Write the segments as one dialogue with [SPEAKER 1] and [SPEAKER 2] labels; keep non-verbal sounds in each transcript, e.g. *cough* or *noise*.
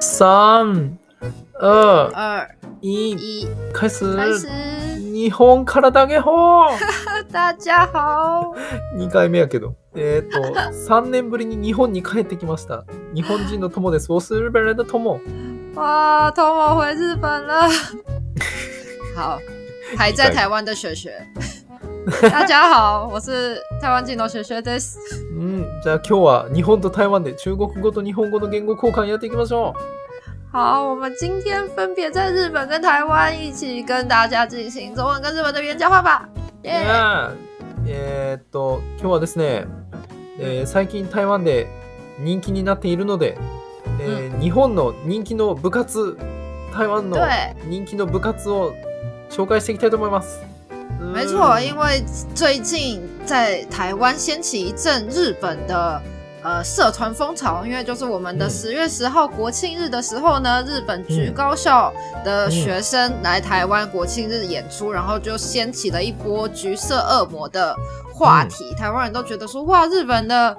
[SPEAKER 1] 三、二、
[SPEAKER 2] 二
[SPEAKER 1] 一，
[SPEAKER 2] 一，
[SPEAKER 1] 开始。
[SPEAKER 2] 开始。
[SPEAKER 1] 日本からだげほ *laughs*
[SPEAKER 2] 大家好，
[SPEAKER 1] 2回目やけど。えっ、と、3年 *laughs* ぶりに日本に帰ってきました。日本人の友です。我是日本人的友。
[SPEAKER 2] 哇，同我回日本了。好，还在台湾的雪雪， *laughs* 大家好，我是台湾进的雪雪です。
[SPEAKER 1] うん、じゃあ今日は日本と台湾で中国語と日本語の言語交換やっていきましょ
[SPEAKER 2] 好，我们今天分别在日本跟台湾一起跟大家进行中文跟日本的语言交换吧。
[SPEAKER 1] う。
[SPEAKER 2] 耶、
[SPEAKER 1] Yeah えっ、と、今日はですね、えー最近台湾で人気になっているので、えー日本の人気の部活、台湾の
[SPEAKER 2] 对，
[SPEAKER 1] 人気の部活を紹介していきたいと思います。うん
[SPEAKER 2] 没错，因为最近在台湾掀起一阵日本的呃社团风潮，因为就是我们的
[SPEAKER 1] 嗯
[SPEAKER 2] 十月十号国庆日的时候呢，日本举高校的学生来台湾国庆日演出，然后就掀起了一波橘色恶魔的话题，台湾人都觉得说哇，日本的。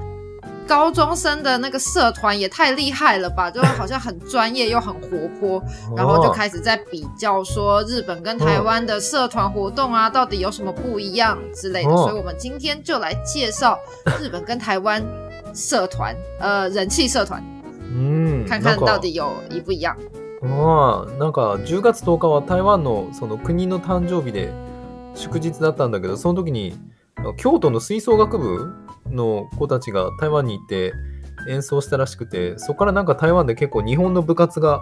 [SPEAKER 2] 高中生的那个社团也太厉害了吧，就好像很专业又很活泼，然后就
[SPEAKER 1] 哦
[SPEAKER 2] 开始在比较说日本跟
[SPEAKER 1] 嗯
[SPEAKER 2] 台湾的社团活动啊，到底有什么不一样之类的。
[SPEAKER 1] 哦
[SPEAKER 2] 所以我们今天就来介绍日本跟台湾社团，呃，人气社团，
[SPEAKER 1] うん
[SPEAKER 2] 看
[SPEAKER 1] な
[SPEAKER 2] 看到
[SPEAKER 1] んか
[SPEAKER 2] 底有一不一样。
[SPEAKER 1] ああなんか10月10日は台湾のその国の誕生日で祝日だったんだけどその時に京都の吹奏楽部の子たちが台湾に行って演奏したらしくてそこからなんか台湾で結構日本の部活が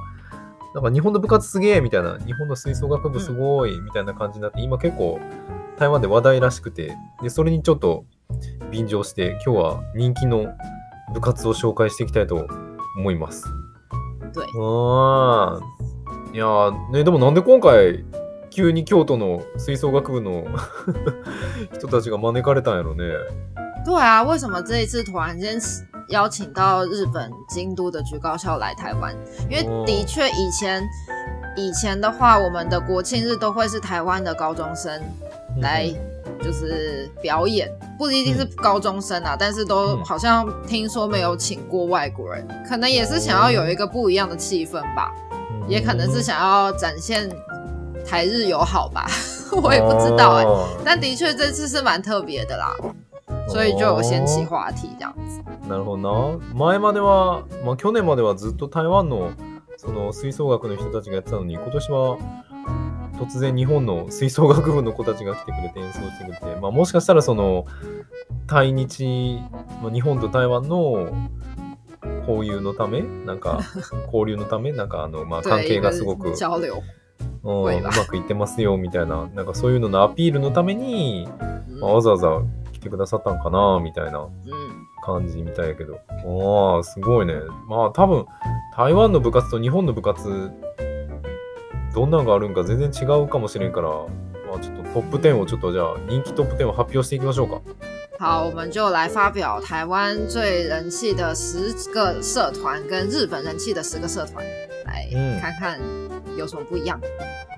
[SPEAKER 1] なんか日本の部活すげえみたいな日本の吹奏楽部すごいみたいな感じになって今結構台湾で話題らしくてでそれにちょっと便乗して今日は人気の部活を紹介していきたいと思います。
[SPEAKER 2] 对，
[SPEAKER 1] あーいやーねでもなんで今回急に京都の吹奏楽部の *laughs* 人たちが招かれたんやろね。
[SPEAKER 2] 对啊，为什么这一次突然间邀请到日本京都的菊高校来台湾？因为
[SPEAKER 1] 哦
[SPEAKER 2] 的确以前。以前的话，我们的国庆日都会是台湾的高中生
[SPEAKER 1] 嗯
[SPEAKER 2] 来就是表演，不一定是高中生啊，但是都
[SPEAKER 1] 嗯
[SPEAKER 2] 好像听说没有请过外国人，可能也是想要有一个不一样的气氛吧，
[SPEAKER 1] うん
[SPEAKER 2] 也可能是想要展现台日友好吧， *laughs* 我也不知
[SPEAKER 1] 哦
[SPEAKER 2] 道哎、但的确这次是蛮特别的啦，所以就有掀
[SPEAKER 1] 哦
[SPEAKER 2] 起话题这样子。
[SPEAKER 1] あーなるほどな。前までは、まあ、去年まではずっと台湾のその吹奏楽の人たちがやってたのに今年は突然日本の吹奏楽部の子たちが来てくれて演奏してくれて、まあ、もしかしたらその対日、まあ、日本と台湾の交流のためなん
[SPEAKER 2] *laughs*
[SPEAKER 1] か交流のためなんかあの、まあ、関
[SPEAKER 2] 对，
[SPEAKER 1] 係
[SPEAKER 2] 一个
[SPEAKER 1] がすごく
[SPEAKER 2] 交流，
[SPEAKER 1] うん
[SPEAKER 2] 声
[SPEAKER 1] う
[SPEAKER 2] が
[SPEAKER 1] まくいってますよみたいななんかそういうののアピールのために、まあ
[SPEAKER 2] 嗯
[SPEAKER 1] わざわざ来てくださったんかなみたいな。
[SPEAKER 2] 嗯，
[SPEAKER 1] 感じみたいやけど。ああ、すごいね。まあ多分、台湾の部活と日本の部活、どんなんがあるんか全然違うかもしれんから、まあちょっとトップ10をちょっとじゃあ人気トップ10を発表していきましょうか。
[SPEAKER 2] 好，我们就来发表台湾最人气的十个社团跟日本人气的十个社团，来
[SPEAKER 1] 嗯
[SPEAKER 2] 看看有什么不一样。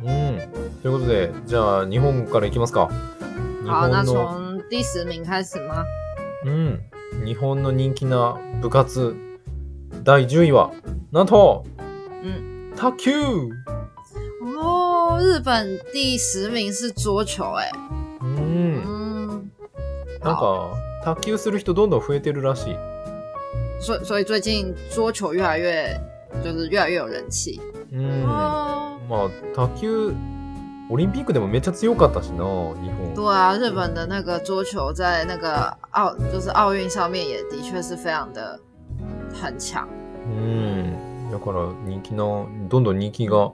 [SPEAKER 1] うん。ということで、じゃあ日本からいきますか。日
[SPEAKER 2] 好，那
[SPEAKER 1] 本の、
[SPEAKER 2] 从第十名开始吗？
[SPEAKER 1] うん。日本の人気な部活、第10位は、なんと、
[SPEAKER 2] う
[SPEAKER 1] 卓球
[SPEAKER 2] 哦，日本第十名是桌球、哎，
[SPEAKER 1] うん。
[SPEAKER 2] 嗯，
[SPEAKER 1] なんか、卓球する人どんどん増えてるらしい。
[SPEAKER 2] 所以所以最近桌球越来越就是越来越有人气。
[SPEAKER 1] うん。
[SPEAKER 2] 哦，
[SPEAKER 1] まあ卓球オリンピックでもめっちゃ強かったしな日
[SPEAKER 2] 对
[SPEAKER 1] 本
[SPEAKER 2] 啊，日本的那个桌球在那个奥就是奥运上面也的确是非常的很强。
[SPEAKER 1] うんだから人気などんどん人気が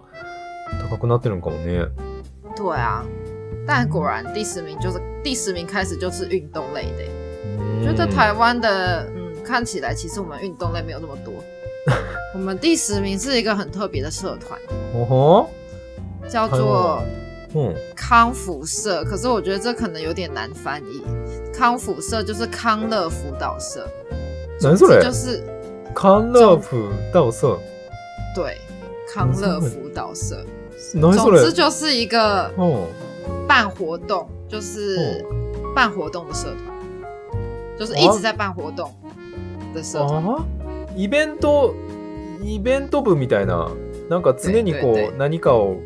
[SPEAKER 1] 高くなってるんかもね
[SPEAKER 2] 对啊，但果然第十名就是第十名开始就是运动类的耶、欸
[SPEAKER 1] うん
[SPEAKER 2] 觉得台湾的嗯看起来其实我们运动类没有那么
[SPEAKER 1] *laughs*
[SPEAKER 2] 多。我们第十名是一个很特别的社团，
[SPEAKER 1] ほほ
[SPEAKER 2] 叫
[SPEAKER 1] 台湾
[SPEAKER 2] 做
[SPEAKER 1] うん
[SPEAKER 2] 康复社，可是我觉得这可能有点难翻译。康复社就是康乐辅导社，
[SPEAKER 1] 何それ
[SPEAKER 2] 这就是
[SPEAKER 1] カンラープダオさ
[SPEAKER 2] 对康乐辅导社，
[SPEAKER 1] 何そ
[SPEAKER 2] 总
[SPEAKER 1] れ
[SPEAKER 2] 之就是一个
[SPEAKER 1] うん
[SPEAKER 2] 办活动，就是办活动的社团，
[SPEAKER 1] 哦
[SPEAKER 2] 就是一直在办活动的社团。
[SPEAKER 1] あイベントイベント部みたいななんか常にこ
[SPEAKER 2] 对对
[SPEAKER 1] う何かを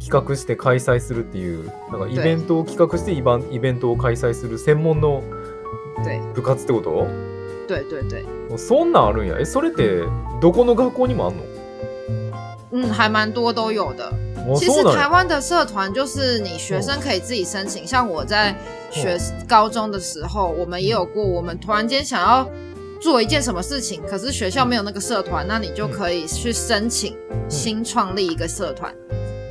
[SPEAKER 1] 企画して開催するっていうなんかイベントを企画してイバンイベントを開催する専門の
[SPEAKER 2] 对
[SPEAKER 1] 部活ってこと
[SPEAKER 2] 对对对，
[SPEAKER 1] そんなんあるんやえそれってどこの学校にもあん
[SPEAKER 2] 嗯，还蛮多都有的。
[SPEAKER 1] のあ
[SPEAKER 2] 其实
[SPEAKER 1] そうなん
[SPEAKER 2] 台
[SPEAKER 1] や
[SPEAKER 2] 湾的社团就是你学生可以自己申请，像我在学高中的时候，我们也有过，我们突然间想要做一件什么事情，可是学校没有那个社团，那你就可以去申请新创立一个社团。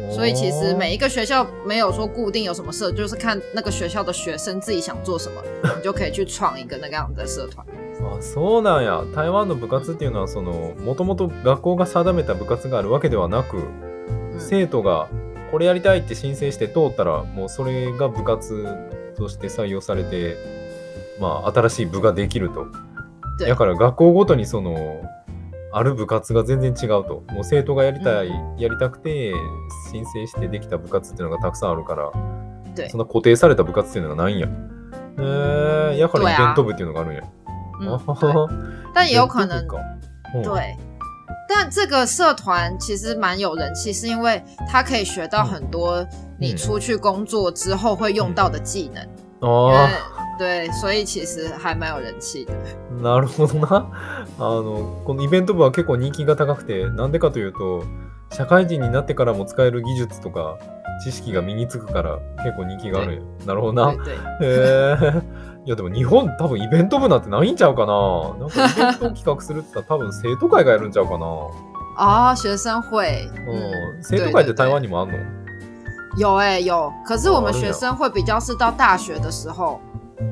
[SPEAKER 2] 所以其实每一个学校没有说固定有什么社，就是看那个学校的学生自己想做什么，你就可以去创一个那个样子的社团。
[SPEAKER 1] あそうなんや台湾の部活っていうのはそのもともと学校が定めた部活があるわけではなく
[SPEAKER 2] 嗯，
[SPEAKER 1] 生徒がこれやりたいって申請して通ったらもうそれが部活として採用されてまあ新しい部ができると
[SPEAKER 2] 对
[SPEAKER 1] だから学校ごとにそのある部活が全然違うともう生徒がやりたい、やりたくて申請してできた部活っていうのがたくさんあるから
[SPEAKER 2] 对
[SPEAKER 1] そんな固定された部活っていうのがないんやえー、やからイベント部っていうのがあるんや、
[SPEAKER 2] 嗯
[SPEAKER 1] あは， *laughs*
[SPEAKER 2] 对
[SPEAKER 1] は
[SPEAKER 2] 但也有可能
[SPEAKER 1] イベント部かうん
[SPEAKER 2] 对，但这个社团其实蛮有人气，是因为它可以学到很多你
[SPEAKER 1] 嗯
[SPEAKER 2] 出去工作之后会用到的技能。因
[SPEAKER 1] あ
[SPEAKER 2] 为
[SPEAKER 1] あ
[SPEAKER 2] 对，所以其实还蛮有人气的。
[SPEAKER 1] な *laughs* るほどな。あの、このイベント部は結構人気が高くて、なんでかというと、社会人になってからも使える技術とか知識が身につくから結構人気があるんやなるほどな。
[SPEAKER 2] 对对，
[SPEAKER 1] へえ。いやでも日本多分イベント部なんてないんちゃうかな。なんかイベントを企画するって言ったら多分生徒会がやるんちゃうかな。
[SPEAKER 2] 哦，学生会，
[SPEAKER 1] う
[SPEAKER 2] 嗯，
[SPEAKER 1] ん。生徒会って台湾に
[SPEAKER 2] 对
[SPEAKER 1] もあんの
[SPEAKER 2] 对有哎、有，可是我们
[SPEAKER 1] 哦
[SPEAKER 2] 学生会比较是到大学的时候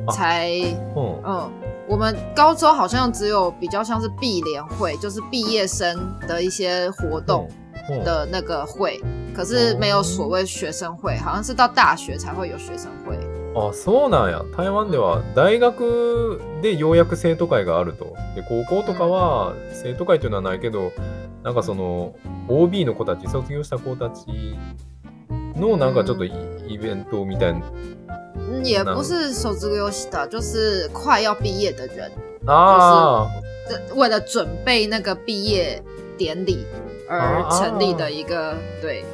[SPEAKER 1] 啊
[SPEAKER 2] 才，
[SPEAKER 1] うん。
[SPEAKER 2] 嗯。我们高中好像只有比较像是毕联会，就是毕业生的一些活动，
[SPEAKER 1] うんうん
[SPEAKER 2] 的那个会，可是没有所谓学生会，好像是到大学才会有学生会。
[SPEAKER 1] あそうなんや台湾では大学でようやく生徒会があるとで高校とかは生徒会というのはないけどなんかその OB の子たち卒業した子たちのなんかちょっとイ,、ベントみたいな
[SPEAKER 2] 嗯，也不是手足游戏的，就是快要毕业的人，
[SPEAKER 1] あー
[SPEAKER 2] 这为了准备那个毕业典礼而成立的一个、对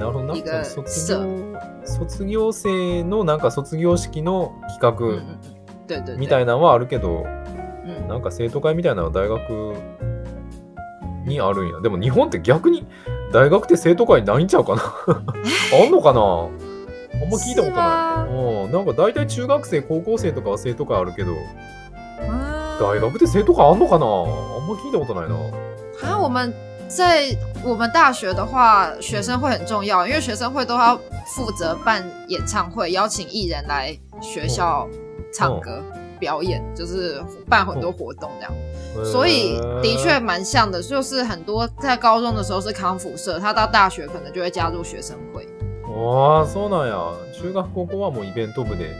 [SPEAKER 1] なるほど
[SPEAKER 2] いい
[SPEAKER 1] な
[SPEAKER 2] か
[SPEAKER 1] その卒業卒業生のなんか卒業式の企
[SPEAKER 2] 嗯，对对
[SPEAKER 1] 画
[SPEAKER 2] 对，
[SPEAKER 1] みたいなのはあるけど、
[SPEAKER 2] 嗯
[SPEAKER 1] なんか生徒会みたいなのは大学にあるんや。でも日本って逆に大学って生徒会ないんちゃうか *laughs* なあんのかなあんま聞いたこと
[SPEAKER 2] 是吗
[SPEAKER 1] ない。うん、なんか大体中学生、高校生とかは生徒会あるけど、
[SPEAKER 2] 嗯
[SPEAKER 1] 大学って生徒会あんのかなあんま聞いたことないな。
[SPEAKER 2] 啊，我们在我们大学的话，学生会很重要，因为学生会都要负责办演唱会，邀请艺人来学校唱歌、表演，就是办很多活动这样。所以的确蛮像的，就是很多在高中的时候是康复社，他到大学可能就会加入学生会。
[SPEAKER 1] ああそうなんや中学高校はもうイベント部で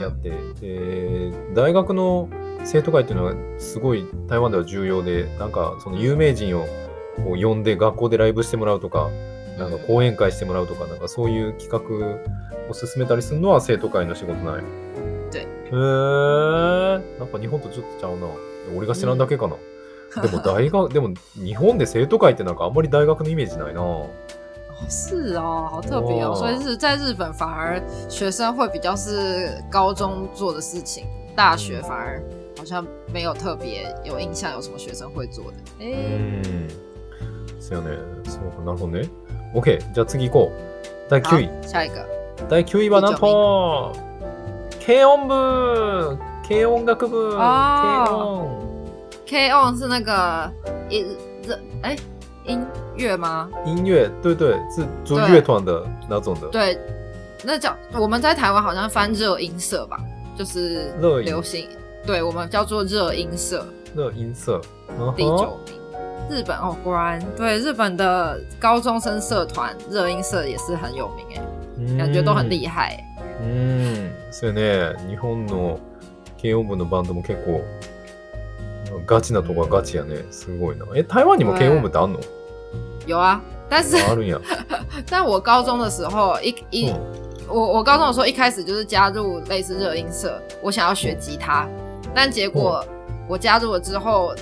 [SPEAKER 1] やって、で大学の生徒会っていうのはすごい台湾では重要でなんかその有名人をこう呼んで学校でライブしてもらうとかなんか講演会してもらうとかなんかそういう企画を進めたりするのは生徒会の仕事なんや
[SPEAKER 2] で
[SPEAKER 1] へえなんか日本とちょっとちゃうな俺が知らんだけかな、でも大学でも日本で生徒会ってなんかあんまり大学のイメージないな
[SPEAKER 2] 哦是哦，好特别哦。
[SPEAKER 1] 哇
[SPEAKER 2] 所以是在日本，反而学生会比较是高中做的事情，大学反而好像没有特别有印象有什么学生会做的。哎、
[SPEAKER 1] うん。ですよね。そうか、なるほどね。OK、じゃあ次行こう。第9位。
[SPEAKER 2] 好，下一个。
[SPEAKER 1] 第9位はなんと、軽音部軽音楽部軽
[SPEAKER 2] あー
[SPEAKER 1] 音
[SPEAKER 2] K on 是那个音这哎音乐吗？
[SPEAKER 1] 音乐、对对、是主
[SPEAKER 2] 对
[SPEAKER 1] 乐团的那种的。
[SPEAKER 2] 对，那叫我们在台湾好像翻热音社吧，就是
[SPEAKER 1] 热音
[SPEAKER 2] 流行，对我们叫做热音社
[SPEAKER 1] 那音色。嗯哼
[SPEAKER 2] 第九名。日本哦，果然对日本的高中生社团热音社也是很有名哎、感觉都很厉害欸、
[SPEAKER 1] うん、そうよね。日本の軽音部のバンドも結構、ガチなとこはガチやね。すごいな。え、台湾にも軽音部ってあんの
[SPEAKER 2] 有哦啊。但是，
[SPEAKER 1] あるんや。
[SPEAKER 2] *laughs* 但我高中的时候，一一、
[SPEAKER 1] うん
[SPEAKER 2] 我我高中的时候一开始就是加入类似哦热音社，我想要学吉他，但结果我加入了之后，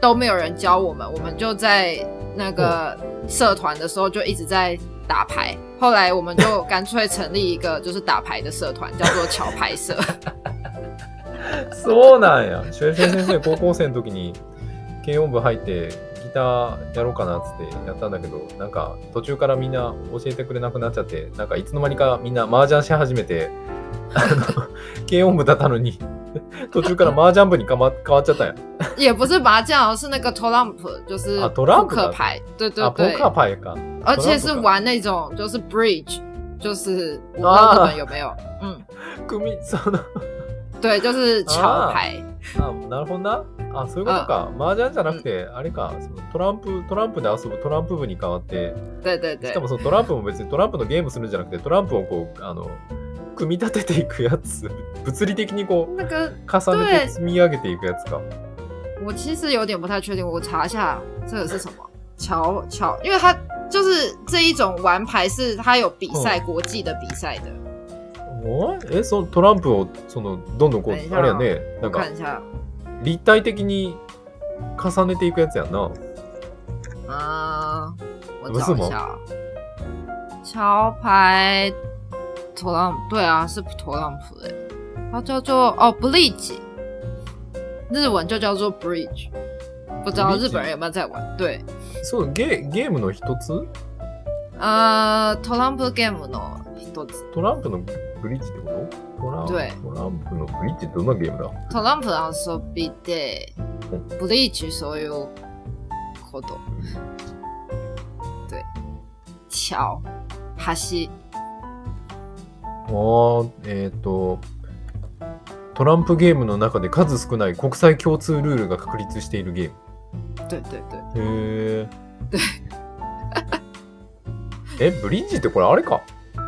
[SPEAKER 2] 都没有人教我们，我们就在那个社团的时候就一直在打牌。后来我们就干脆成立一个就是打牌的社团，叫做桥牌社。
[SPEAKER 1] そうなんや。学生先生、高校生の時に軽音部入ってギターやろうかなっつってやったんだけど、なんか途中からみんな教えてくれなくなっちゃって、なんかいつの間にかみんな麻雀し始めて、あの、軽音部だったのに、途中から麻雀部にか、ま、変わっちゃったんや。
[SPEAKER 2] 也不是麻将哦，是那个 Trump，就是
[SPEAKER 1] 啊
[SPEAKER 2] 扑
[SPEAKER 1] ，Trump
[SPEAKER 2] 克牌，对对
[SPEAKER 1] あ、ポ
[SPEAKER 2] 对
[SPEAKER 1] ー、カーパイか。
[SPEAKER 2] 而且是
[SPEAKER 1] Trump か
[SPEAKER 2] 玩那种就是 Bridge，就是我不知道日
[SPEAKER 1] 啊
[SPEAKER 2] 本有没有，嗯，
[SPEAKER 1] 組、その、
[SPEAKER 2] 对，就是桥牌，
[SPEAKER 1] あ、なるほどな。あ、そういうことか。麻雀じゃなくて、あれか、そのトランプ、トランプで遊ぶトランプ部に変わって、
[SPEAKER 2] 对对对
[SPEAKER 1] しか。もそのトランプも別にトランプのゲームするんじゃなくてトランプをこうあの組み立てていくやつ *laughs* 物理的にこ
[SPEAKER 2] 那个
[SPEAKER 1] う重ねて積み上げていくやつか
[SPEAKER 2] 我其实有点不太确定，我查一下这个是什么。乔乔，因为他就是这一种玩牌是他有比赛，国际的比赛的。
[SPEAKER 1] おえそのトランプをそのどんどんこ
[SPEAKER 2] え
[SPEAKER 1] う
[SPEAKER 2] じ
[SPEAKER 1] あ
[SPEAKER 2] ゃあ
[SPEAKER 1] れやねな
[SPEAKER 2] 我
[SPEAKER 1] んか
[SPEAKER 2] 看一下
[SPEAKER 1] 立体的に重ねていくやつやんな
[SPEAKER 2] 啊、我
[SPEAKER 1] 不
[SPEAKER 2] 找
[SPEAKER 1] 是
[SPEAKER 2] 一
[SPEAKER 1] 吗
[SPEAKER 2] 下啊。桥牌特朗普，对啊，是特朗普的，它叫做哦 bridge，日文就叫做 bridge，不知道
[SPEAKER 1] Bridge
[SPEAKER 2] 日本人有没有在玩？对，
[SPEAKER 1] そうゲゲームの一つ
[SPEAKER 2] 呃，特朗普 game の一つ。
[SPEAKER 1] トランプのブリッジってことトラン
[SPEAKER 2] 对
[SPEAKER 1] トランプのブリッジってどんなゲームだ
[SPEAKER 2] トランプ遊びで
[SPEAKER 1] う、
[SPEAKER 2] ブリーチそういうこと。对。桥、橋。
[SPEAKER 1] あーえっ、とトランプゲームの中で数少ない国際共通ルールが確立しているゲーム
[SPEAKER 2] 对对对。
[SPEAKER 1] へえ。え、ブリッジってこれあれか。あ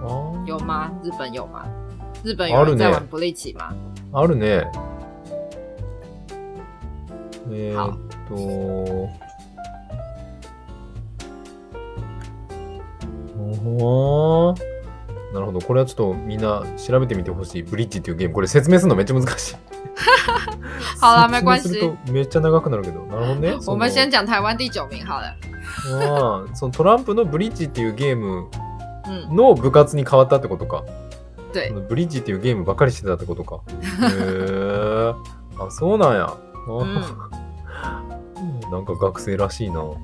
[SPEAKER 1] ー
[SPEAKER 2] 有吗？日本有吗？日本
[SPEAKER 1] あ
[SPEAKER 2] 有
[SPEAKER 1] るね
[SPEAKER 2] 人在玩ブリーチ吗？
[SPEAKER 1] あるね。えー
[SPEAKER 2] 好
[SPEAKER 1] っと。おーなるほど。これはちょっとみんな調べてみてほしい。ブリッジっていうゲーム。これ説明するのめっちゃ難しい。
[SPEAKER 2] 好
[SPEAKER 1] 説
[SPEAKER 2] 啦没
[SPEAKER 1] 明
[SPEAKER 2] 关系
[SPEAKER 1] するとめっちゃ長くなるけど。なるほどね。そ
[SPEAKER 2] 我
[SPEAKER 1] の
[SPEAKER 2] 们先讲台湾第九名好了。
[SPEAKER 1] ああ、そのトランプのブリッジっていうゲーム
[SPEAKER 2] 嗯，
[SPEAKER 1] の部活に変わったってことか。
[SPEAKER 2] 对
[SPEAKER 1] そのブリッジっていうゲームばかりしてたってことか。へえ。あ、そうなんや。あ
[SPEAKER 2] 嗯
[SPEAKER 1] なんか学生らしいな。お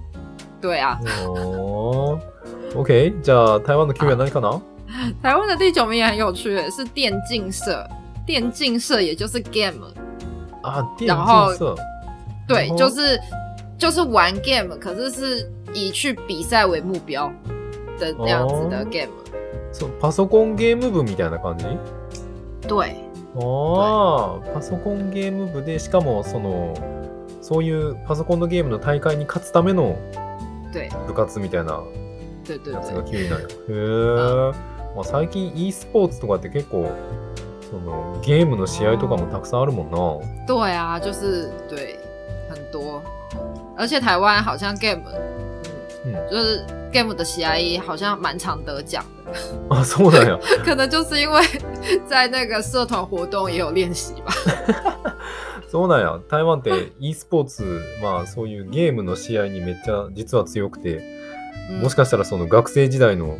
[SPEAKER 2] 对啊，
[SPEAKER 1] ー OK、じゃあ台湾の9位は何かな
[SPEAKER 2] 台湾的第九名也很有趣耶，是电竞社。电竞社也就是 game，
[SPEAKER 1] あ、電
[SPEAKER 2] 然后
[SPEAKER 1] 競さ。
[SPEAKER 2] 对，
[SPEAKER 1] 哦
[SPEAKER 2] 就是就是玩 game，可是是以去比赛为目标的那样子的
[SPEAKER 1] 哦
[SPEAKER 2] game。
[SPEAKER 1] そう、パソコンゲーム部みたいな感じ
[SPEAKER 2] 对，
[SPEAKER 1] ああ、パソコンゲーム部で、しかもその、そういうパソコンのゲームの大会に勝つための
[SPEAKER 2] 对
[SPEAKER 1] 部活みたいな
[SPEAKER 2] 对对
[SPEAKER 1] やつ
[SPEAKER 2] 对
[SPEAKER 1] が。9位なんや。へえ。まあ、最近 e スポーツとかって結構そのゲームの試合とかもたくさんあるもんな。
[SPEAKER 2] 对啊，就是对很多，而且台湾好像 game，
[SPEAKER 1] 嗯
[SPEAKER 2] 嗯，就是 game 的 CIE 好像蛮常得奖的，
[SPEAKER 1] あそうなんや。
[SPEAKER 2] 可能就是因为 *laughs* 在那个社团活动也有练习吧。
[SPEAKER 1] そうなんや。台湾って e スポーツ、まあそういうゲームの試合にめっちゃ実は強くて、
[SPEAKER 2] 嗯
[SPEAKER 1] もしかしたらその学生時代の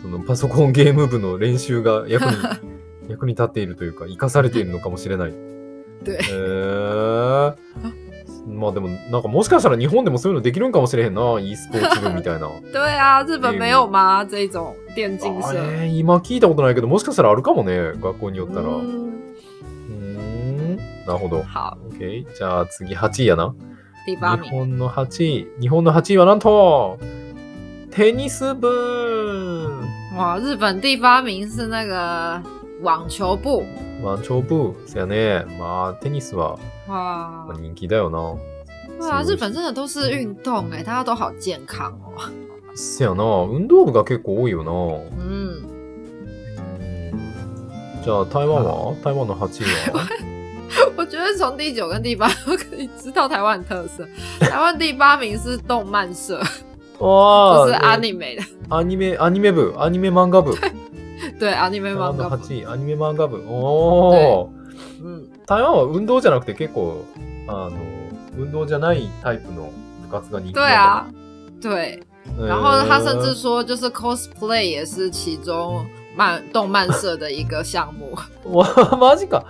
[SPEAKER 1] そのパソコンゲーム部の練習が役に役に立っているというか、生かされているのかもしれない。へ
[SPEAKER 2] 对
[SPEAKER 1] え。まあでもなんかもしかしたら日本でもそういうのできるんかもしれへんな、e スポーツ部みたいな。
[SPEAKER 2] 对啊，日本没有吗？这种电竞
[SPEAKER 1] あ
[SPEAKER 2] 社？
[SPEAKER 1] えー今聞いたことないけどもしかしたらあるかもね学校によったらうーん
[SPEAKER 2] 嗯，
[SPEAKER 1] なるほど
[SPEAKER 2] 好，
[SPEAKER 1] OK じゃあ次8位やな
[SPEAKER 2] 第八
[SPEAKER 1] 日
[SPEAKER 2] 名，
[SPEAKER 1] 本の8位日本の8位はなんとテニス部
[SPEAKER 2] 哇，日本第八名是那个网球部，
[SPEAKER 1] ワンチョーブそやねまあテニスは
[SPEAKER 2] 哇
[SPEAKER 1] まあ，人気だよな
[SPEAKER 2] 对啊，日本真的都是运动哎、大家都好健康哦，
[SPEAKER 1] そやな運動部が結構多いよな
[SPEAKER 2] 嗯。 *laughs*
[SPEAKER 1] じゃあ台湾は台湾の8位は *laughs*
[SPEAKER 2] 我觉得从第九跟第八都可以知道台湾的特色。台湾第八名是动漫社，
[SPEAKER 1] あ
[SPEAKER 2] 就是
[SPEAKER 1] あ、え
[SPEAKER 2] anime 的，
[SPEAKER 1] アニメアニメ部アニメ漫画部
[SPEAKER 2] 对
[SPEAKER 1] 台
[SPEAKER 2] anime
[SPEAKER 1] 湾の
[SPEAKER 2] manga。
[SPEAKER 1] 8位、アニメ漫画部。おお、
[SPEAKER 2] 嗯，
[SPEAKER 1] 台湾は運動じゃなくて結構あの運动じゃないタイプの部活が人気
[SPEAKER 2] 对
[SPEAKER 1] なん
[SPEAKER 2] 啊，对。
[SPEAKER 1] だね
[SPEAKER 2] 然后他甚至
[SPEAKER 1] へー
[SPEAKER 2] 说，就是 cosplay 也是其中漫动漫社的一个项目。 *laughs*
[SPEAKER 1] わ *laughs* マジか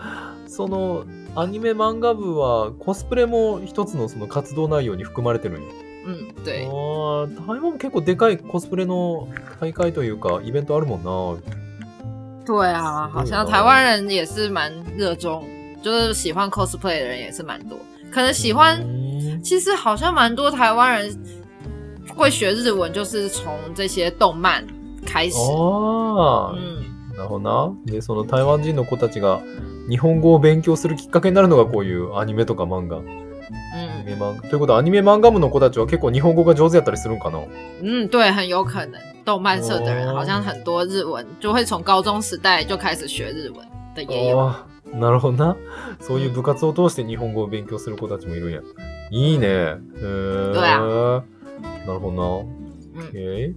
[SPEAKER 1] そのアニメ漫画部はコスプレも一つのその活動内容に含まれてるんや
[SPEAKER 2] 嗯，
[SPEAKER 1] あ
[SPEAKER 2] 对，
[SPEAKER 1] ー台湾も結構でかいコスプレの大会というかイベントあるもんな
[SPEAKER 2] 对啊，好像台湾人也是蛮热衷，就是喜欢 cosplay 的人也是蛮多。可能喜欢，
[SPEAKER 1] うん
[SPEAKER 2] 其实好像蛮多台湾人会学日文，就是从这些动漫开始。
[SPEAKER 1] 哦ああ、
[SPEAKER 2] 嗯，
[SPEAKER 1] なるほどな。で、その台湾人の子たちが日本語を勉強するきっかけになるのがこういうアニメとか漫画。アニ
[SPEAKER 2] 嗯
[SPEAKER 1] メ漫画ということは、アニメ漫画部の子たちは結構日本語が上手やったりするんかな
[SPEAKER 2] 嗯，对，很有可能动漫社的人
[SPEAKER 1] 哦
[SPEAKER 2] 好像很多日文就会从高中时代就开始学日文的也有。
[SPEAKER 1] ああ、なるほどな。そういう部活を通して日本語を勉強する子たちもいるんや。いいね。へえ。
[SPEAKER 2] どうや
[SPEAKER 1] なるほどな。
[SPEAKER 2] 嗯，
[SPEAKER 1] えー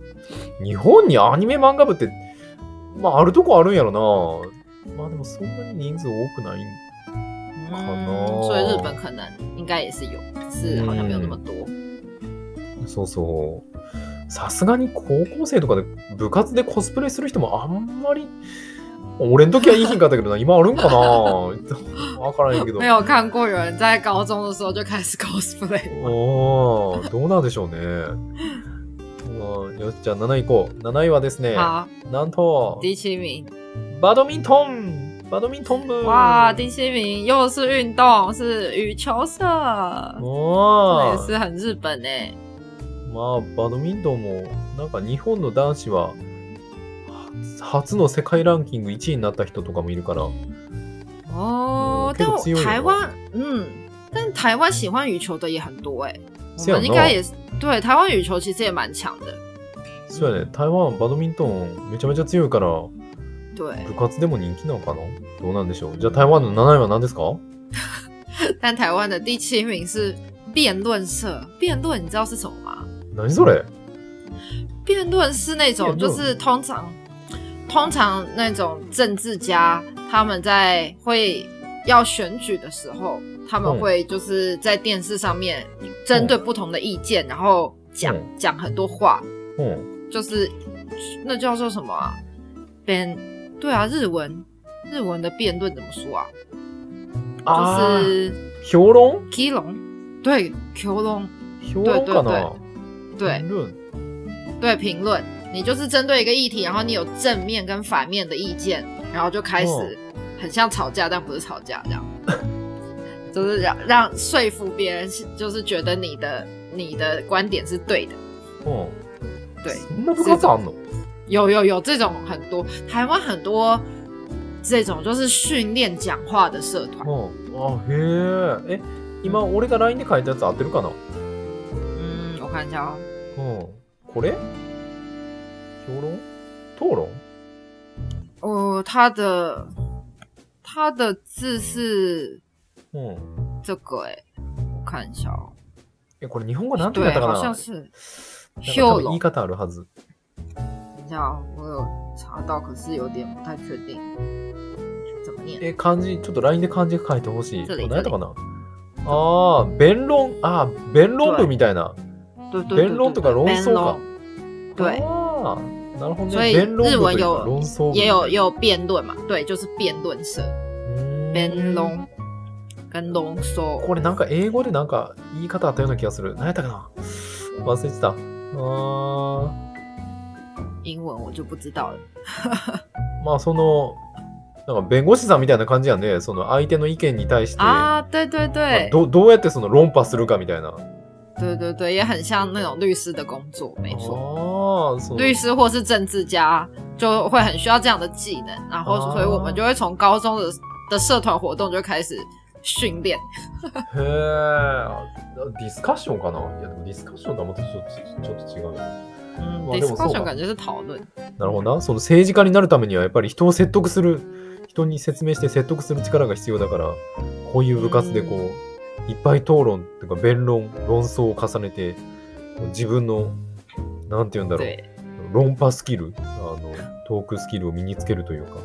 [SPEAKER 1] 日本にアニメ漫画部って、まあ、あるとこあるんやろな。まあでもそんなに人数多くないん可能
[SPEAKER 2] 嗯，所以日本可能应该也是有，只是好像没有那么多。
[SPEAKER 1] 嗯そうそう。さすがに高校生とかで部活でコスプレする人もあんまり、俺の時はいいひんかったけどな、今あるんかな *laughs* わからへんけど
[SPEAKER 2] 没。有看过有人在高中的时候就开始 cosplay。
[SPEAKER 1] おーどうなんでしょうね。うんよし、じゃあ7位行こう。7位はですね、
[SPEAKER 2] 好，
[SPEAKER 1] なんと、
[SPEAKER 2] 第七名，
[SPEAKER 1] バドミントンバドミントン部
[SPEAKER 2] 哇，第七名又是运动，是羽球社，
[SPEAKER 1] お
[SPEAKER 2] 这也
[SPEAKER 1] ー
[SPEAKER 2] 是很日本哎、
[SPEAKER 1] まあ、バドミントンも、なんか日本の男子は、は初の世界ランキング1位になった人とかもいるから、
[SPEAKER 2] 哦
[SPEAKER 1] 嗯，这
[SPEAKER 2] 但
[SPEAKER 1] 个
[SPEAKER 2] 我
[SPEAKER 1] 自由泳
[SPEAKER 2] 台
[SPEAKER 1] 哦
[SPEAKER 2] 湾，嗯，但台湾喜欢羽球的也很多哎、我
[SPEAKER 1] 是有那
[SPEAKER 2] 们应该
[SPEAKER 1] 种
[SPEAKER 2] 也是对台湾羽球其实也蛮强的，
[SPEAKER 1] そうやね、台湾はバドミントンめちゃめちゃ強いから、
[SPEAKER 2] 对，
[SPEAKER 1] 部活でも人気なのかなどうなんでしょうじゃあ台湾の7位は何ですか
[SPEAKER 2] 但台湾的第七名是辩论社，辩论你知道是什么吗？
[SPEAKER 1] 何それ
[SPEAKER 2] 辩论是那种
[SPEAKER 1] 辩
[SPEAKER 2] 就
[SPEAKER 1] 论
[SPEAKER 2] 是通常通常那种政治家他们在会要选举的时候，他们
[SPEAKER 1] 嗯
[SPEAKER 2] 会就是在电视上面针对不同的意见，然后讲
[SPEAKER 1] 嗯
[SPEAKER 2] 讲很多话，
[SPEAKER 1] うん。
[SPEAKER 2] 就是那叫做什么啊？辩对啊，日文日文的辩论怎么说啊？
[SPEAKER 1] 啊
[SPEAKER 2] 就
[SPEAKER 1] ー、
[SPEAKER 2] 是
[SPEAKER 1] 評論
[SPEAKER 2] k 龙对 k 龙
[SPEAKER 1] 評論かな
[SPEAKER 2] 对
[SPEAKER 1] 評論
[SPEAKER 2] 对评论，你就是针对一个议题，然后你有正面跟反面的意见，然后就开始很像吵架，但不是吵架这样， *laughs* 就是让让说服别人是，就是觉得你的你的观点是对的。
[SPEAKER 1] うん。
[SPEAKER 2] 对
[SPEAKER 1] そんな部活あんの
[SPEAKER 2] 有有有这种很多，台湾很多这种就是训练讲话的社团。
[SPEAKER 1] うん。あ、へえ。え、今俺が LINE で書いたやつ合ってるかな
[SPEAKER 2] 嗯，我看一下哦，
[SPEAKER 1] うん。これ評論討論
[SPEAKER 2] 哦，他的他的字是
[SPEAKER 1] うん。
[SPEAKER 2] 这个哎、我看一下哦，
[SPEAKER 1] え、これ日本語なんて言
[SPEAKER 2] 对
[SPEAKER 1] っ，たか
[SPEAKER 2] 好
[SPEAKER 1] な
[SPEAKER 2] 像是
[SPEAKER 1] なんか多分
[SPEAKER 2] 秀
[SPEAKER 1] 言
[SPEAKER 2] 龙
[SPEAKER 1] い。方あるはず。
[SPEAKER 2] 等一下哦，我有查到，可是有点不太确定怎么念。
[SPEAKER 1] え、漢字、ちょっと LINE で漢字書いてほしい。
[SPEAKER 2] そ
[SPEAKER 1] こ
[SPEAKER 2] れ
[SPEAKER 1] れ何やったかなああ、弁論、あー弁論部みたいな。
[SPEAKER 2] 对对对
[SPEAKER 1] 弁論とか論争か。
[SPEAKER 2] 对，
[SPEAKER 1] あーなるほど
[SPEAKER 2] 所
[SPEAKER 1] ね。
[SPEAKER 2] 以
[SPEAKER 1] 弁論部という
[SPEAKER 2] 日
[SPEAKER 1] か
[SPEAKER 2] 文有
[SPEAKER 1] 論争部。
[SPEAKER 2] 也有也有辩论嘛，对，就是辩论社，
[SPEAKER 1] うー
[SPEAKER 2] 辩
[SPEAKER 1] ん
[SPEAKER 2] 论跟龙说，
[SPEAKER 1] これなんか英語でなんか言い方あったような気がする。何やったかな忘れてた。あー
[SPEAKER 2] 英文我就不知道了。
[SPEAKER 1] まあその、なんか弁護士さんみたいな感じやね。その相手の意見に対して、
[SPEAKER 2] 啊，对对
[SPEAKER 1] まあ
[SPEAKER 2] 对，
[SPEAKER 1] どどうやってその論破するかみたいな。
[SPEAKER 2] 对对对，也很像那种律师的工作，没
[SPEAKER 1] あ
[SPEAKER 2] 错。
[SPEAKER 1] あ、そう。
[SPEAKER 2] 律师或是政治家就会很需要这样的技能，然后
[SPEAKER 1] 哦
[SPEAKER 2] 所以我们就会从高中的的社团活动就开始训练。
[SPEAKER 1] へえ、あディスカッションかないやでもディスカッションとはまたちょっとちょっと違うよね。
[SPEAKER 2] 嗯
[SPEAKER 1] 哇这么酷
[SPEAKER 2] ，discussion
[SPEAKER 1] 啊
[SPEAKER 2] 感觉是讨论。
[SPEAKER 1] なるほどな。その政治家になるためにはやっぱり人を説得する、人に説明して説得する力が必要だから、こういう部活でこう、いっぱい討論とか弁論、論争を重ねて、自分の、なんて言うんだろう、
[SPEAKER 2] 对，
[SPEAKER 1] 論破スキル、あの、トークスキルを身につけるというか。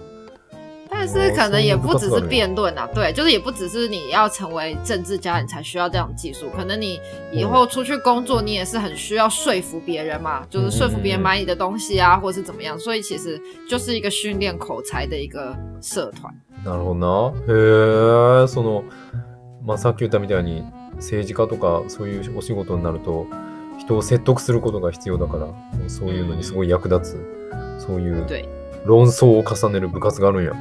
[SPEAKER 2] 但但是可能也不只是辩论啊，对，就是也不只是你要成为政治家你才需要这样的技术，可能你以后出去工作，你也是很需要说服别人嘛，就是说服别人买你的东西啊，或者是怎么样，所以其实就是一个训练口才的一个社团。
[SPEAKER 1] なるほどな。へえ、その、まあ、さっき言ったみたいに政治家とかそういうお仕事になると人を説得することが必要だからそういうのにすごい役立つそういう
[SPEAKER 2] 对，
[SPEAKER 1] 論争を重ねる部活があるんや。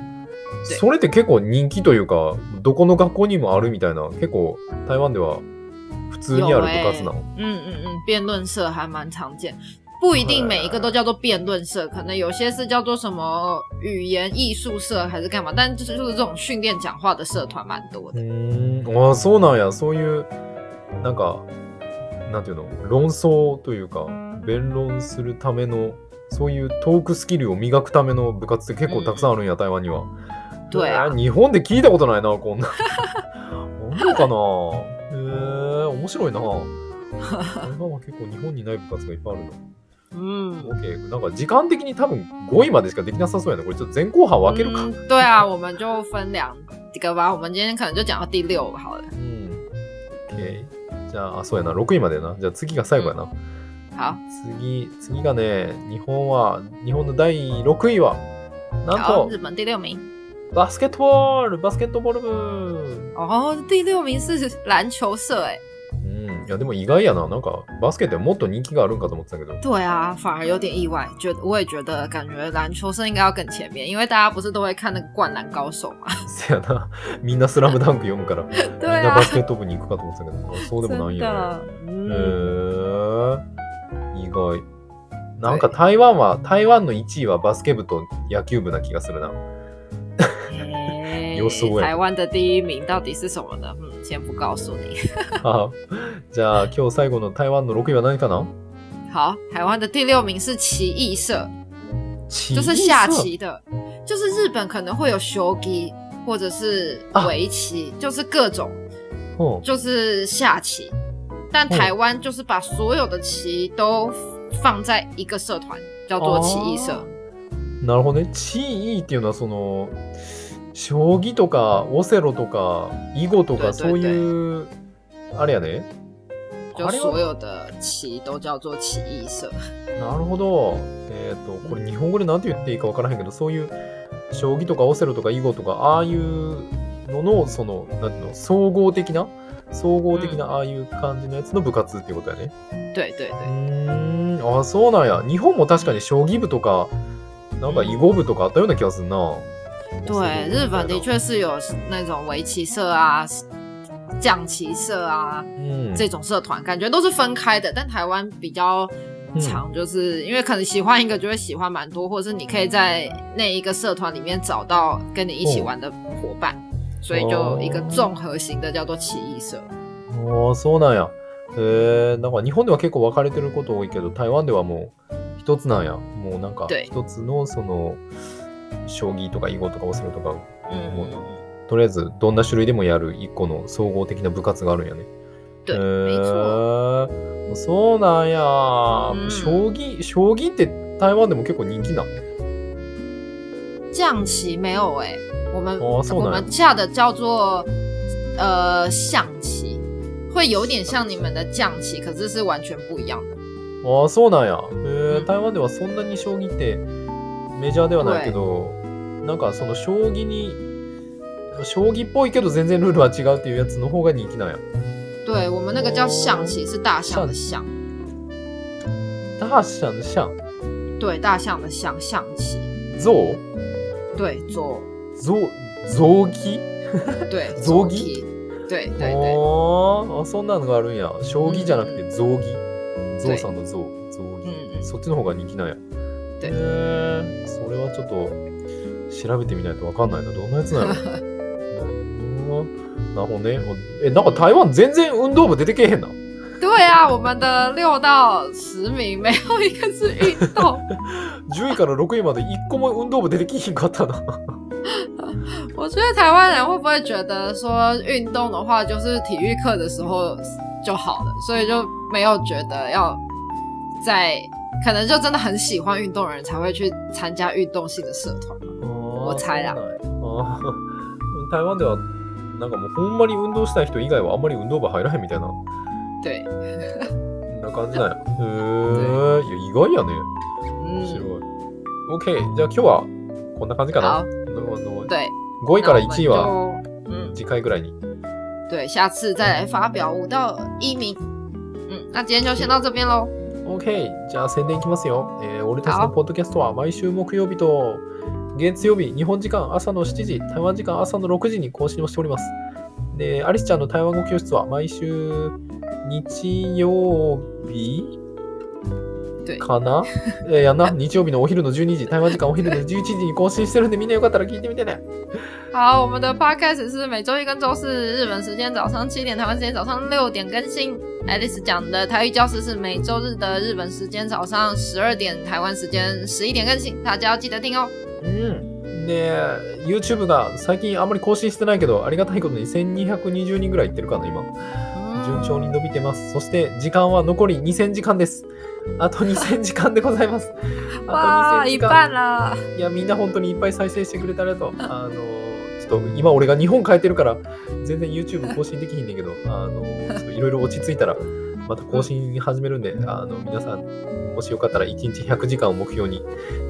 [SPEAKER 2] で
[SPEAKER 1] それって結構人気というかどこの学校にもあるみたいな結構台湾では普通にある部活なの。
[SPEAKER 2] 嗯嗯嗯，辩论社还蛮常见，不一定每一个都叫做辩论社，可能有些是叫做什么语言艺术社还是干嘛，但就是就是这种训练讲话的社团蛮多
[SPEAKER 1] う
[SPEAKER 2] 的。
[SPEAKER 1] ーんああそうなんやそういうなんかなんていうの論争というか弁論するためのそういうトークスキルを磨くための部活って結構たくさんあるんや、台湾には。
[SPEAKER 2] 对啊
[SPEAKER 1] えー日本で聞いたことないなこんな。あるのかなへえ面白いな。台湾は結構日本にない部活がいっぱいあるの。
[SPEAKER 2] 嗯
[SPEAKER 1] OK なんか時間的に多分5位までしかできなさそうやなこれちょっと前後半分けるか。
[SPEAKER 2] 嗯，对啊，我们就分两个吧，我们今天可能就讲到第六个好了。
[SPEAKER 1] うん。OK。じゃあ、あ、そうやな、6位までやな。じゃあ次が最後やな。
[SPEAKER 2] 好，
[SPEAKER 1] 次、次がね、日本は、日本の第6位は、なん
[SPEAKER 2] 好，
[SPEAKER 1] と
[SPEAKER 2] 日、本第六名
[SPEAKER 1] バスケットボールバスケットボール部
[SPEAKER 2] 哦，第六名是篮球社哎、
[SPEAKER 1] うん。いや、でも意外やな。なんか、バスケってもっと人気があるんかと思ってたけど。 *laughs*
[SPEAKER 2] 对啊，反而有点意外，觉我也觉得感觉篮球社应该要更前面，因为大家不是都会看那个《灌篮高手》 *laughs* 嘛。
[SPEAKER 1] せやな。みんなスラムダンク読むから、みん
[SPEAKER 2] 对
[SPEAKER 1] な
[SPEAKER 2] 啊
[SPEAKER 1] バ，スケット部に行くかと思ってたけど、そうでもないん
[SPEAKER 2] 真
[SPEAKER 1] やね。
[SPEAKER 2] 的，
[SPEAKER 1] へ
[SPEAKER 2] 嗯，
[SPEAKER 1] ー。意外。なんか台湾は、台湾の1位はバスケ部と野球部な気がするな。
[SPEAKER 2] 嘿
[SPEAKER 1] 有思维
[SPEAKER 2] 呃台湾的第一名到底是什么呢？嗯，先不告诉你。
[SPEAKER 1] あじゃあ今日最後の台湾の6位は何かな
[SPEAKER 2] 好，台湾的第六名是棋艺社，
[SPEAKER 1] 就
[SPEAKER 2] 就是下棋的，就是日本可能会有球击或者是围棋，就是各种
[SPEAKER 1] ほう
[SPEAKER 2] 就是下棋，但台湾就是把所有的棋都放在一个社团，叫做棋艺社。
[SPEAKER 1] なるほどね。地位っていうのはその将棋とかオセロとか囲碁とか
[SPEAKER 2] 对对
[SPEAKER 1] そういうあれやね。
[SPEAKER 2] 就
[SPEAKER 1] あれ
[SPEAKER 2] 所
[SPEAKER 1] は
[SPEAKER 2] 有的棋都叫做棋艺社，
[SPEAKER 1] なるほど。えっ、とこれ日本語で何て言っていいかわからへんけどそういう将棋とかオセロとか囲碁とかああいうののそのなんていうの総合的な総合的なああいう感じのやつの部活っていうことやね。
[SPEAKER 2] 对对对
[SPEAKER 1] う。ーんあそうなんや日本も確かに将棋部とかなんか囲碁部とかあったような気がするな哦
[SPEAKER 2] 对，日本的确是有那种围棋社啊、将棋社啊
[SPEAKER 1] うん
[SPEAKER 2] 这种社团，感觉都是分开的。但台湾比较常，就是、因为可能喜欢一个就会喜欢蛮多，或者是你可以在那一个社团里面找到跟你一起玩的伙伴，所以就一个综合型的叫做棋艺社。
[SPEAKER 1] うんあそうなんやへえなんか日本では結構分かれてること多いけど台湾ではもう一つなんやもうなんか
[SPEAKER 2] 对
[SPEAKER 1] 一つのその将棋とか囲碁とかオセロとか
[SPEAKER 2] 嗯，
[SPEAKER 1] とりあえずどんな種類でもやる一個の総合的な部活があるんやね
[SPEAKER 2] 对，
[SPEAKER 1] へ
[SPEAKER 2] 没错。
[SPEAKER 1] ーそうなんや、
[SPEAKER 2] うん
[SPEAKER 1] 将棋将棋って台湾でも結構人気なん
[SPEAKER 2] 象棋没有哎、我们、
[SPEAKER 1] 哦送的
[SPEAKER 2] 我们下的叫做呃象棋，会有点像你们的象棋，可是是完全不一样的。
[SPEAKER 1] ああそうなんや、え
[SPEAKER 2] うん
[SPEAKER 1] ー、台湾ではそんなに将棋ってメジャーではないけどなんかその将棋に将棋っぽいけど全然ルールは違うっていうやつの方が人気なんや
[SPEAKER 2] 对我们那个叫象棋，是大象的象，
[SPEAKER 1] ダーシャンシャン
[SPEAKER 2] 对，大象的象，象棋，
[SPEAKER 1] ゾ
[SPEAKER 2] 对，左，
[SPEAKER 1] ウゾウゾウキ
[SPEAKER 2] 对，
[SPEAKER 1] 左
[SPEAKER 2] 左
[SPEAKER 1] 棋
[SPEAKER 2] 棋，对对对
[SPEAKER 1] ああそんなのがあるんや将棋じゃなくてゾウギゾウさんのゾウゾウ
[SPEAKER 2] うんう
[SPEAKER 1] ギ
[SPEAKER 2] ん
[SPEAKER 1] そっちの方が人気なんや
[SPEAKER 2] で
[SPEAKER 1] へえそれはちょっと調べてみないとわかんないなどんなやつなの *laughs* なるほどねえなんか台湾全然運動部出てけえへんな
[SPEAKER 2] 对啊，我们的六到十名没有一个是运 *laughs* 动，
[SPEAKER 1] 10位から6位まで1個も運動部出てきひんかったな
[SPEAKER 2] 我觉得台湾人会不会觉得说运动的话就是体育课的时候就好了，所以就没有觉得要在可能就真的很喜欢运动的人才会去参加运动性的社团吧。
[SPEAKER 1] 我
[SPEAKER 2] 我猜啦
[SPEAKER 1] ああー *laughs* 台湾ではなんかもうほんまに運動したい人以外はあんまり運動部入らへんみたいな
[SPEAKER 2] 对，
[SPEAKER 1] な感じなんや。へえ、いや意外やね。面白い
[SPEAKER 2] 嗯，。
[SPEAKER 1] OK、じゃあ今日はこんな感じかな。あ
[SPEAKER 2] 好，
[SPEAKER 1] の
[SPEAKER 2] 对，
[SPEAKER 1] 5位
[SPEAKER 2] 那
[SPEAKER 1] か
[SPEAKER 2] 我
[SPEAKER 1] ら
[SPEAKER 2] 们
[SPEAKER 1] 1位は
[SPEAKER 2] 就嗯，
[SPEAKER 1] 次回ぐらいに。
[SPEAKER 2] 对，下次再来发表五到一名。嗯，那今天就先到这边喽。
[SPEAKER 1] OK、じゃあ宣伝いきますよ。えー俺たちのポ
[SPEAKER 2] 好
[SPEAKER 1] ッドキャストは毎週木曜日と月曜日、日本時間朝の7時、台湾時間朝の6時に更新をしております。で、アリスちゃんの台湾語教室は毎週日曜日
[SPEAKER 2] 对，
[SPEAKER 1] か *laughs* なえーやな、日曜日のお昼の12時、台湾時間お昼の11時に更新してるんで、みんなよかったら聞いてみてね。
[SPEAKER 2] 好，我们的 podcast 是每周一跟周四日本时间早上七点，台湾时间早上六点更新。Alice 讲的台语教室是每周日的日本时间早上十二点，台湾时间十一点更新，大家要记得听哦。
[SPEAKER 1] うん。で、YouTube が最近あんまり更新してないけど、ありがたいことに1220人ぐらいいってるかな、今。順
[SPEAKER 2] 嗯，
[SPEAKER 1] 調に伸びてます。そして時間は残り2000時間です。あ *laughs* と2000時間でござい *laughs* ます。あ
[SPEAKER 2] 哇，
[SPEAKER 1] と2000
[SPEAKER 2] 一
[SPEAKER 1] 時
[SPEAKER 2] 半
[SPEAKER 1] 間。
[SPEAKER 2] 了，
[SPEAKER 1] いや、みんな本当にいっぱい再生してくれてありが *laughs* とう。あの、ちょっと今俺が日本変えてるから、全然 *laughs* YouTube 更新できひんねんけど、あの、ちょっといろいろ落ち着いたら、また更新始めるんで、あの、皆さん、もしよかったら1日100時間を目標に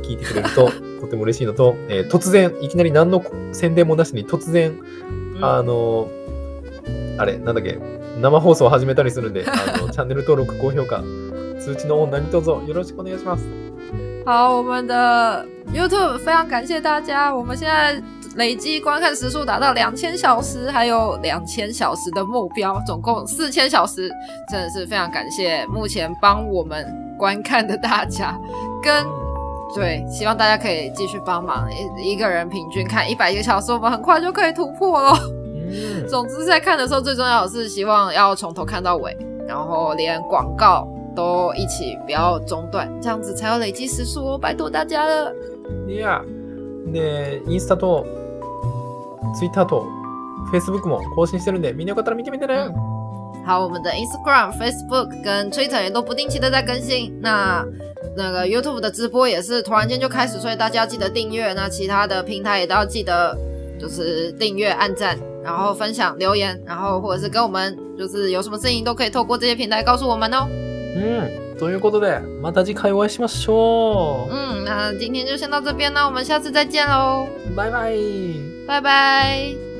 [SPEAKER 1] 聞いてくれる *laughs* と、とても嬉しいのと、えー突然、いきなり何の宣伝もなしに突然、あ
[SPEAKER 2] 嗯，
[SPEAKER 1] のあれ、なんだっけ、生放送を始めたりするん *laughs* で、あのチャンネル登録、高評価、通知のオン何卒よろしくお願いします。
[SPEAKER 2] 好，我们的 YouTube 非常感谢大家，我们现在累计观看时数达到两千小时，还有两千小时的目标，总共四千小时，真的是非常感谢目前帮我们观看的大家， *laughs* 跟对，希望大家可以继续帮忙，一一个人平均看一百个小时，我们很快就可以突破喽。
[SPEAKER 1] うん
[SPEAKER 2] 总之，在看的时候，最重要的是希望要从头看到尾，然后连广告都一起不要中断，这样子才有累积时数哦，拜托大家了。
[SPEAKER 1] いや、で、インスタと、ツイッターと、Facebook も更新してるんで、みんなよかったら見てみてね。
[SPEAKER 2] 好，我们的 Instagram、Facebook 跟 Twitter 也都不定期的在更新。那那个 YouTube 的直播也是突然间就开始，所以大家要记得订阅。那其他的平台也都要记得，就是订阅、按赞，然后分享、留言，然后或者是跟我们就是有什么事情都可以透过这些平台告诉我们哦。
[SPEAKER 1] うん、ということで、また次回お会いしましょ
[SPEAKER 2] 嗯，那今天就先到这边，那我们下次再见喽，
[SPEAKER 1] う。バイバイ。
[SPEAKER 2] 拜拜。